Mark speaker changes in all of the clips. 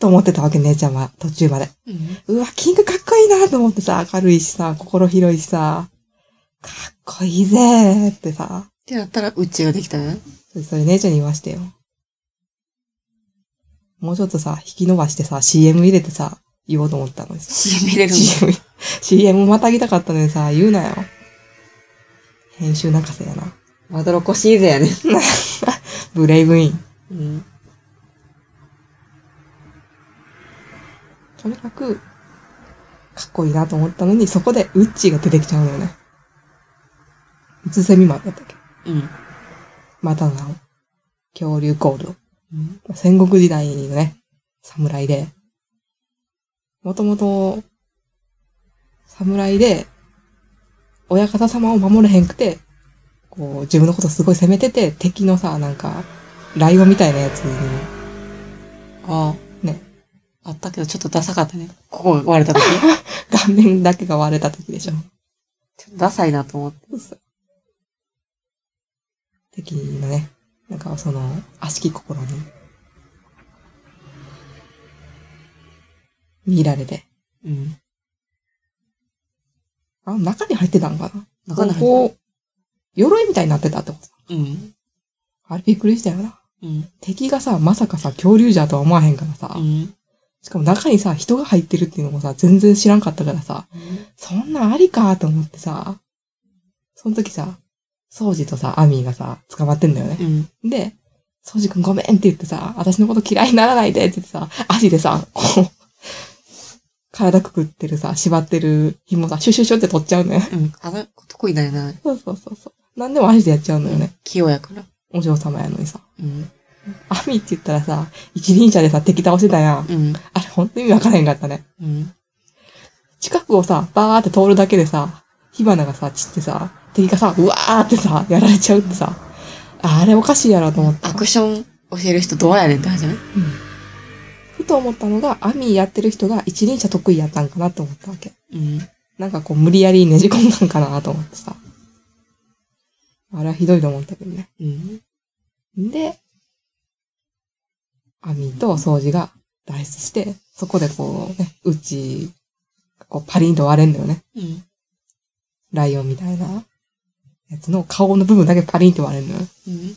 Speaker 1: と思ってたわけ、姉ちゃんは、途中まで。
Speaker 2: うん
Speaker 1: うわ、キングかっこいいなと思ってさ、明るいしさ、心広いしさ、かっこいいぜーってさ、
Speaker 2: ってなったら、うちができたね。
Speaker 1: それそれ姉ちゃんに言わしてよ。もうちょっとさ、引き伸ばしてさ、CM 入れてさ、言おうと思ったのにさ。
Speaker 2: しびれるの。
Speaker 1: CM、CM またぎたかったのにさ、言うなよ。編集泣かせやな。
Speaker 2: まどろこしいぜやね。
Speaker 1: ブレイブイン。
Speaker 2: うん。
Speaker 1: とにかく、かっこいいなと思ったのに、そこでウッチーが出てきちゃうのよね。うつせみまんだったっけ
Speaker 2: うん。
Speaker 1: またなお。恐竜コールド。
Speaker 2: うん。
Speaker 1: 戦国時代のね、侍で、もともと、侍で、親方様を守れへんくて、こう、自分のことすごい責めてて、敵のさ、なんか、ライオンみたいなやつに、
Speaker 2: ああ。
Speaker 1: ね。
Speaker 2: あったけど、ちょっとダサかったね。ここが割れた時。
Speaker 1: 顔面だけが割れた時でしょ。
Speaker 2: ちょっとダサいなと思って。
Speaker 1: 敵のね、なんかその、悪しき心に、見入られて。
Speaker 2: うん。
Speaker 1: あ、中に入ってたんかな
Speaker 2: なかなか。
Speaker 1: こう、鎧みたいになってたってこと
Speaker 2: うん。
Speaker 1: あれびっくりしたよな。
Speaker 2: うん。
Speaker 1: 敵がさ、まさかさ、恐竜じゃとは思わへんからさ
Speaker 2: う。ん。
Speaker 1: しかも中にさ、人が入ってるっていうのもさ、全然知らんかったからさ、そんなんありかと思ってさ、その時さ、ソウジとさ、アミーがさ、捕まってんだよね
Speaker 2: う。ん。
Speaker 1: で、ソウジくんごめんって言ってさ、私のこと嫌いにならないでって言ってさ、足でさ、こう、体くくってるさ、縛ってる紐さ、シュシュシュって取っちゃうのよ。
Speaker 2: うん。あの子得意だよな。
Speaker 1: そうそうそうそう。なんでも足でやっちゃうのよね。
Speaker 2: 器用やから。
Speaker 1: お嬢様やのにさ。
Speaker 2: うん。
Speaker 1: アミって言ったらさ、一輪車でさ、敵倒してたやん。
Speaker 2: うん。
Speaker 1: あれ、ほんと意味わからへんかったね。
Speaker 2: うん。
Speaker 1: 近くをさ、バーって通るだけでさ、火花がさ、散ってさ、敵がさ、うわーってさ、やられちゃうってさ、ああれおかしいやろと思った
Speaker 2: ア。クション教える人どうやねんって話ね。
Speaker 1: ふと思ったのが、アミやってる人が一輪車得意やったんかなと思ったわけ。
Speaker 2: うん。
Speaker 1: なんかこう、無理やりねじ込んだんかなと思ってさ。あれはひどいと思ったけどね。
Speaker 2: うん。
Speaker 1: で、アミと掃除が脱出して、そこでこうね、うち、こうパリンと割れんだよね。
Speaker 2: うん。
Speaker 1: ライオンみたいなやつの顔の部分だけパリンって割れるのよ。
Speaker 2: うん。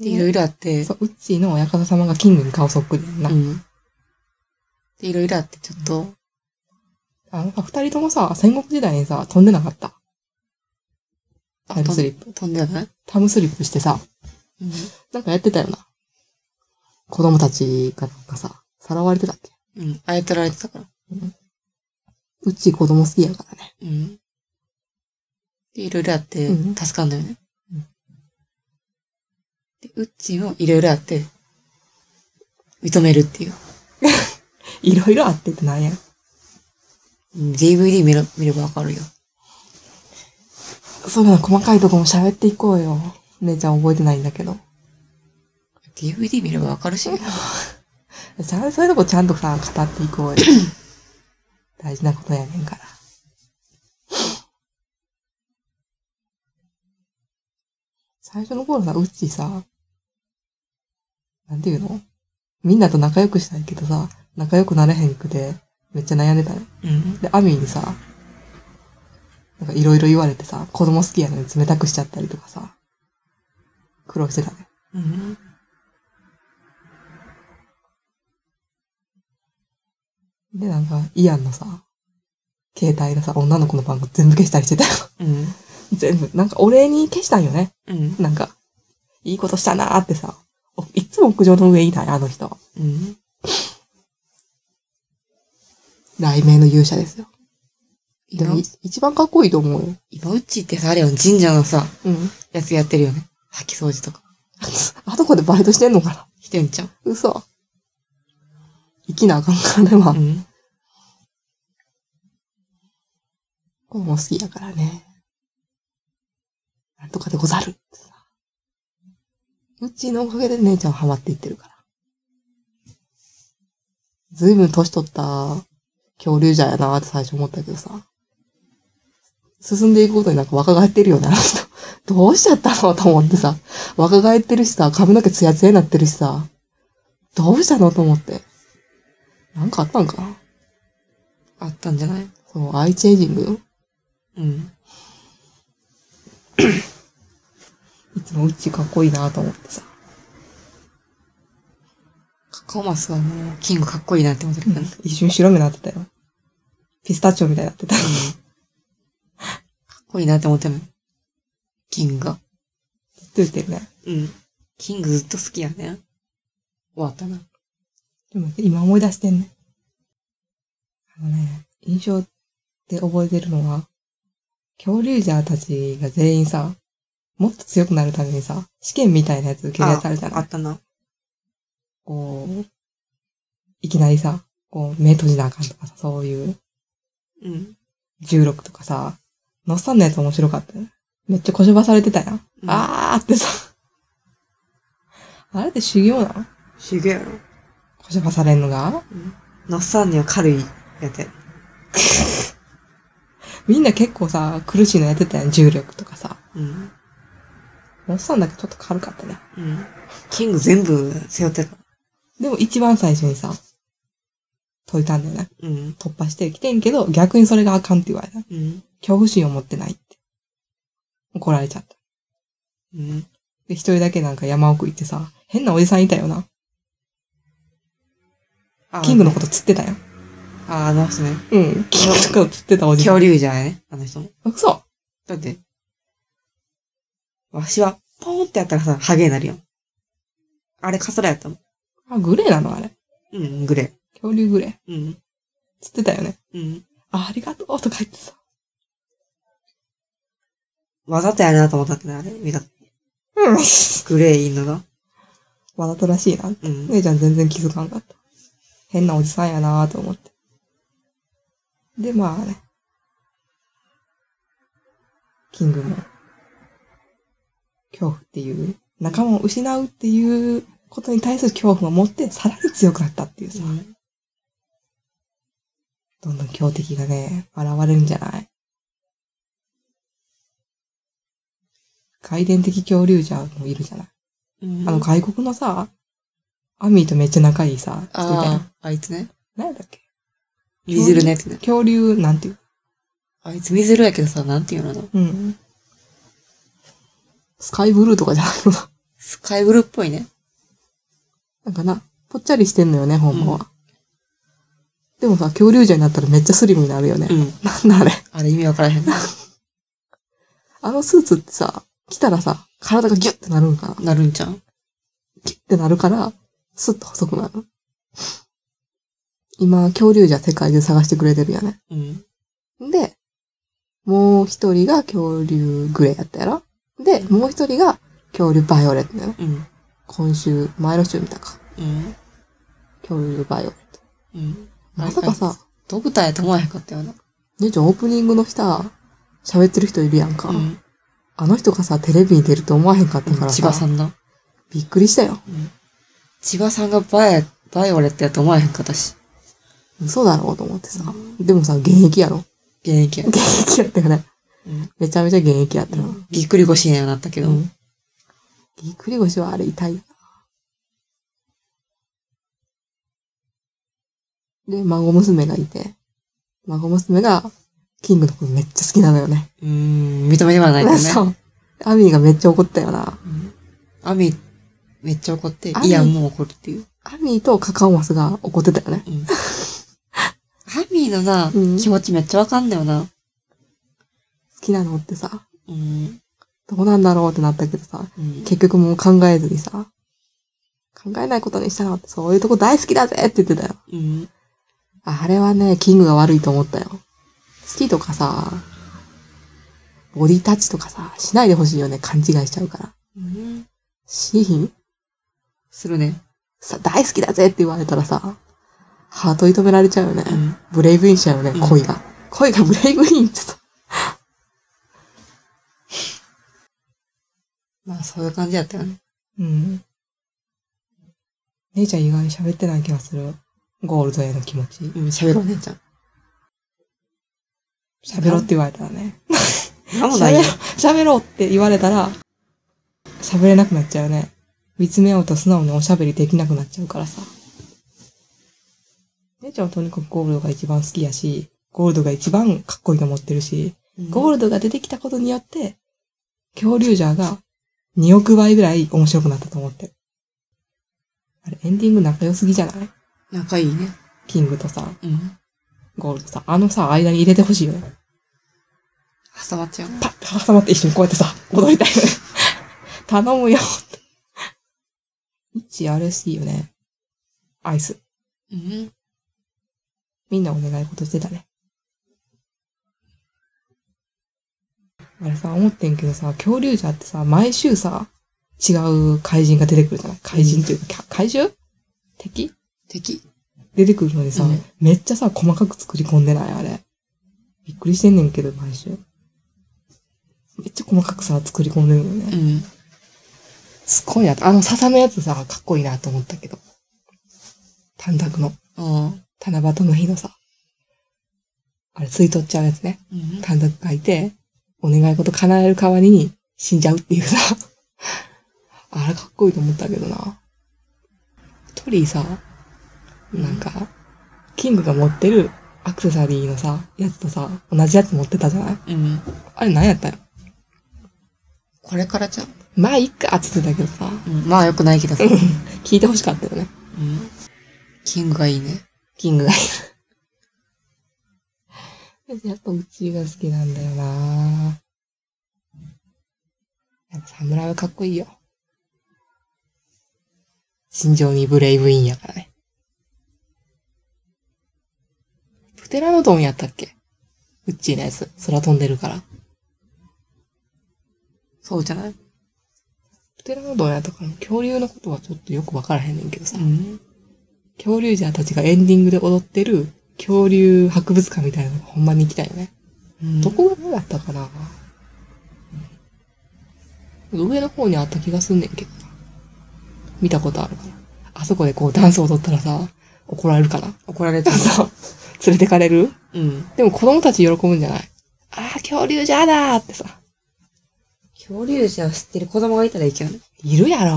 Speaker 2: で、いろいろあって。
Speaker 1: そう、うちの親方様がキングに顔そっくりやんな。
Speaker 2: うん。で、いろいろあって、ちょっと、
Speaker 1: あの、二人ともさ、戦国時代にさ、飛んでなかった。タイムスリップ。
Speaker 2: プ。飛んでない
Speaker 1: タイムスリップしてさ、
Speaker 2: うん。
Speaker 1: なんかやってたよな。子供たちがなんかさ、さらわれてたっけ
Speaker 2: うん。あやとられてたから。
Speaker 1: うち子供好きやからね。
Speaker 2: うん。で、いろいろあって
Speaker 1: うん、
Speaker 2: 助かんだよね
Speaker 1: うん。
Speaker 2: で、うっちーもいろいろあって、認めるっていう。
Speaker 1: いろいろあってってなんや。
Speaker 2: うん DVD 見ろ見ればわかるよ。
Speaker 1: そういうの細かいとこも喋っていこうよ。姉ちゃん覚えてないんだけど。
Speaker 2: DVD 見ればわかるし。
Speaker 1: ちゃんそういうとこちゃんとさ、語ってい こうよ。大事なことやねんから。最初の頃さ、うちさ、なんていうのみんなと仲良くしたいけどさ、仲良くなれへんくて、めっちゃ悩んでたね。
Speaker 2: うん。
Speaker 1: で、アミーにさ、なんかいろいろ言われてさ、子供好きやのに冷たくしちゃったりとかさ、苦労してたね。
Speaker 2: うん。
Speaker 1: で、なんか、イアンのさ、携帯のさ、女の子の番号全部消したりしてたよ。
Speaker 2: うん。
Speaker 1: 全部。なんか、お礼に消したんよね。
Speaker 2: うん。
Speaker 1: なんか、いいことしたなーってさ。おいつも屋上の上いない、あの人。
Speaker 2: うん。
Speaker 1: 雷鳴の勇者ですよ。で
Speaker 2: 今
Speaker 1: も、い、一番かっこいいと思うよ。
Speaker 2: 今うっちーってさ、あれよ、神社のさ、
Speaker 1: うん。
Speaker 2: やつやってるよね。掃き掃除とか。
Speaker 1: あとこでバイトしてんのかな
Speaker 2: してんちゃう
Speaker 1: 嘘。生きなあかんからね、まあ。
Speaker 2: うん。
Speaker 1: 子供好きやからね。なんとかでござるってさ。うちのおかげで姉ちゃんはハマっていってるから。ずいぶん年取った恐竜じゃやなーって最初思ったけどさ。進んでいくことになんか若返ってるよね、あの人。どうしちゃったのと思ってさ。若返ってるしさ、髪の毛ツヤツヤになってるしさ。どうしたのと思って。なんかあったんかな
Speaker 2: あったんじゃない
Speaker 1: そう、アイチェンジング
Speaker 2: うん。
Speaker 1: いつもうちかっこいいなと思ってさ。
Speaker 2: カカオマスはもう、キングかっこいいなって思ってるからね。
Speaker 1: 一瞬白目になってたよ。ピスタチオみたいになってた。
Speaker 2: かっこいいなって思ってるの。キングが。
Speaker 1: ずっと言ってるね。
Speaker 2: うん。キングずっと好きやね。終わったな。
Speaker 1: でも今思い出してんね。あのね、印象で覚えてるのは、恐竜ジャーたちが全員さ、もっと強くなるためにさ、試験みたいなやつ受けるやつあるじゃ
Speaker 2: あ
Speaker 1: ない
Speaker 2: ったな。
Speaker 1: こう、いきなりさ、こう、目閉じなあかんとかさ、そういう
Speaker 2: うん。
Speaker 1: 16とかさ、のっさんのやつ面白かったよね。めっちゃこしょばされてたやん。
Speaker 2: あ
Speaker 1: あーってさ。あれって修行なの
Speaker 2: 修行やろ。
Speaker 1: こしょばされんのが
Speaker 2: のっさんには軽いやて。
Speaker 1: みんな結構さ、苦しいのやってたやん。重力とかさ。
Speaker 2: うん。
Speaker 1: おっさんだけちょっと軽かったね。
Speaker 2: うん。キング全部背負ってた。
Speaker 1: でも一番最初にさ、解いたんだよね。
Speaker 2: うん。
Speaker 1: 突破してきてんけど、逆にそれがあかんって言われた。
Speaker 2: うん。
Speaker 1: 恐怖心を持ってないって。怒られちゃった。
Speaker 2: うん。
Speaker 1: で、一人だけなんか山奥行ってさ、変なおじさんいたよな。
Speaker 2: あ
Speaker 1: キングのこと釣ってたよ。
Speaker 2: あ、あの人ね。
Speaker 1: うん。キングのこと釣ってたおじさん。
Speaker 2: 恐竜じゃないね。あの人も。
Speaker 1: あ嘘
Speaker 2: だって、わしは、ポーンってやったらさ、ハゲになるよ。あれ、カソラやったもん。
Speaker 1: あ、グレーなのあれ。
Speaker 2: うん、グレ
Speaker 1: 恐竜グレー。
Speaker 2: ー。うん。
Speaker 1: 釣ってたよね。
Speaker 2: うん。
Speaker 1: あ、ありがとうとか言ってさ。
Speaker 2: わざとやなと思ったってな、あれ。見た。
Speaker 1: うん。
Speaker 2: グレーいんのが。
Speaker 1: わざとらしいな。
Speaker 2: うん。
Speaker 1: 姉ちゃん全然気づかんかった。変なおじさんやなぁと思って。で、まあね。キングも、恐怖っていう、仲間を失うっていうことに対する恐怖を持って、さらに強くなったっていうさ、
Speaker 2: うん
Speaker 1: どんどん強敵がね、現れるんじゃない外伝的恐竜じゃもいるじゃない、
Speaker 2: うん。
Speaker 1: あの外国のさ、アミーとめっちゃ仲いいさ、人いたやん
Speaker 2: ああ、あいつね。
Speaker 1: 何だっけ
Speaker 2: ミズルのやつね。
Speaker 1: 恐竜なんていう
Speaker 2: あいつミズルやけどさ、なんていうのかな
Speaker 1: うん。スカイブルーとかじゃないの な。
Speaker 2: スカイブルーっぽいね。
Speaker 1: なんかな、ぽっちゃりしてんのよね、ほんまは。
Speaker 2: うん
Speaker 1: でもさ、恐竜じゃになったらめっちゃスリムになるよね。
Speaker 2: うん。
Speaker 1: なんだあれ。
Speaker 2: あれ意味わからへんな。
Speaker 1: あのスーツってさ、着たらさ、体がギュッてなるんかな。
Speaker 2: なるんちゃう
Speaker 1: ギュッてなるから、スッと細くなる。今、恐竜じゃ世界中探してくれてるよね。
Speaker 2: うん。
Speaker 1: で、もう一人が恐竜グレーやったやろで、もう一人が恐竜バイオレットだよ。
Speaker 2: うん。
Speaker 1: 今週、前の週見たか。
Speaker 2: うん。
Speaker 1: 恐竜バイオレット。
Speaker 2: うん。
Speaker 1: まさか
Speaker 2: あれ
Speaker 1: さ、
Speaker 2: ドクターやと思わへんかったよな。
Speaker 1: 姉ちゃんオープニングの人、喋ってる人いるやんか。
Speaker 2: うん。
Speaker 1: あの人がさ、テレビに出ると思わへんかったから
Speaker 2: 千葉さ
Speaker 1: さ、
Speaker 2: んだ。
Speaker 1: びっくりしたよ。
Speaker 2: 千葉さんがバイバイオレットやと思わへんかったし。
Speaker 1: 嘘だろうと思ってさ。でもさ、現役やろ。
Speaker 2: 現役や。
Speaker 1: 現役やったよね。
Speaker 2: うん。
Speaker 1: めちゃめちゃ現役やったよ。
Speaker 2: ぎっくり腰にはなったけど。
Speaker 1: うん。ぎっくり腰はあれ痛いよな。で、孫娘がいて、孫娘が、キングのことめっちゃ好きなのよね。
Speaker 2: うーん、認めてはないけどね。
Speaker 1: そう。アミーがめっちゃ怒ったよな。
Speaker 2: うんアミ、めっちゃ怒って
Speaker 1: ア、ミ
Speaker 2: イアンも怒るっていう。
Speaker 1: アミーとカカオマスが怒ってたよね。
Speaker 2: うん。アミのな
Speaker 1: うん、
Speaker 2: 気持ちめっちゃわかんだよな。
Speaker 1: 好きなのってさ、
Speaker 2: うん。
Speaker 1: どうなんだろうってなったけどさ、
Speaker 2: うん
Speaker 1: 結局もう考えずにさ、考えないことにしたのって、そういうとこ大好きだぜって言ってたよ。
Speaker 2: うん。
Speaker 1: あれはね、キングが悪いと思ったよ。好きとかさ、ボディタッチとかさ、しないでほしいよね、勘違いしちゃうから。
Speaker 2: うん。
Speaker 1: しひん
Speaker 2: するね。
Speaker 1: さ、大好きだぜって言われたらさ、ハート射止められちゃうよね。
Speaker 2: うん。
Speaker 1: ブレイブインしちゃうよね、
Speaker 2: うん
Speaker 1: 恋が。恋がブレイブインってさ、
Speaker 2: まあ、そういう感じやったよね。
Speaker 1: うん。姉ちゃん意外に喋ってない気がする。ゴールドへの気持ち。
Speaker 2: うん、喋ろう、お姉ちゃん。
Speaker 1: 喋ろうって言われたらね。
Speaker 2: なんもな
Speaker 1: 喋
Speaker 2: い
Speaker 1: ろ
Speaker 2: よ
Speaker 1: う。、喋ろうって言われたら、喋れなくなっちゃうね。見つめ合うと素直におしゃべりできなくなっちゃうからさ。姉ちゃんはとにかくゴールドが一番好きやし、ゴールドが一番かっこいいと思ってるし、ゴー
Speaker 2: ル
Speaker 1: ルドが出てきたことによって、恐竜ジャーが2億倍ぐらい面白くなったと思ってる。あれ、エンディング仲良すぎじゃない
Speaker 2: 仲いいね。
Speaker 1: キングとさ、
Speaker 2: うん。
Speaker 1: ゴールドさ、あのさ、間に入れてほしいよね。
Speaker 2: 挟まっちゃう。
Speaker 1: パッて挟まって一緒にこうやってさ、踊りたい よね。頼むよって。一あれ好きよね。アイス。
Speaker 2: うん。
Speaker 1: みんなお願い事してたね。あれさ、思ってんけどさ、恐竜じゃってさ、毎週さ、違う怪人が出てくるじゃない怪人というか、きゃ怪獣敵
Speaker 2: 敵。
Speaker 1: 出てくるのにさ、
Speaker 2: うん
Speaker 1: めっちゃさ、細かく作り込んでないあれ。びっくりしてんねんけど、毎週。めっちゃ細かくさ、作り込んでるのね。
Speaker 2: うん。
Speaker 1: すごいな。あの、笹のやつさ、かっこいいなと思ったけど。短冊の、
Speaker 2: ああ。
Speaker 1: 七夕の日のさ、あれ、吸い取っちゃうやつね。
Speaker 2: うん。
Speaker 1: 短冊書いて、お願い事叶える代わりに死んじゃうっていうさ。 あれ、かっこいいと思ったけどな。トリーさ、なんか、キングが持ってるアクセサリーのさ、やつとさ、同じやつ持ってたじゃない
Speaker 2: うん。
Speaker 1: あれ、何やったよ。
Speaker 2: これからじゃん。
Speaker 1: まあ、いっか、って言ってたけどさ、
Speaker 2: うん。まあ、よくないけどさ。
Speaker 1: 聞いてほしかったよね。
Speaker 2: うん。キングがいいね。
Speaker 1: キングがいる。やっぱ宇宙が好きなんだよなやっぱ侍はかっこいいよ。心情にブレイブインやからね。プテラノドンやったっけウッチーのやつ。空飛んでるから。
Speaker 2: そうじゃない
Speaker 1: プテラノドンやったから恐竜のことはちょっとよくわからへんねんけどさ。
Speaker 2: ん。
Speaker 1: 恐竜ジャーたちがエンディングで踊ってる恐竜博物館みたいなのがほんまに行きたいよね。
Speaker 2: うん
Speaker 1: どこがだったかな上の方にあった気がすんねんけどな。見たことあるかな。あそこでこうダンス踊ったらさ、怒られるかな
Speaker 2: 怒られた
Speaker 1: そう。連れてかれる
Speaker 2: うん。
Speaker 1: でも子供たち喜ぶんじゃないああ、恐竜じゃだーってさ。
Speaker 2: 恐竜じゃ知ってる子供がいたらいいけどね。
Speaker 1: いるやろ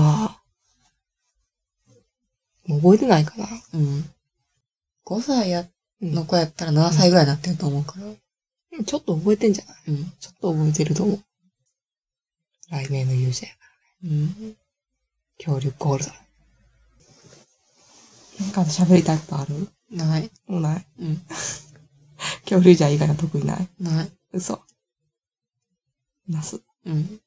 Speaker 1: もう覚えてないかな。
Speaker 2: うん。5歳や、
Speaker 1: うん
Speaker 2: の子やったら7歳ぐらいになってると思うから。
Speaker 1: うんちょっと覚えてんじゃない
Speaker 2: うん。
Speaker 1: ちょっと覚えてると思う。来年の勇者や。
Speaker 2: うん。
Speaker 1: 恐竜ゴールド。なんか喋りたいことある
Speaker 2: ない。
Speaker 1: もうない。
Speaker 2: うん。
Speaker 1: 恐竜じゃ以外は特にない。
Speaker 2: ない。
Speaker 1: 嘘。ナス。
Speaker 2: うん。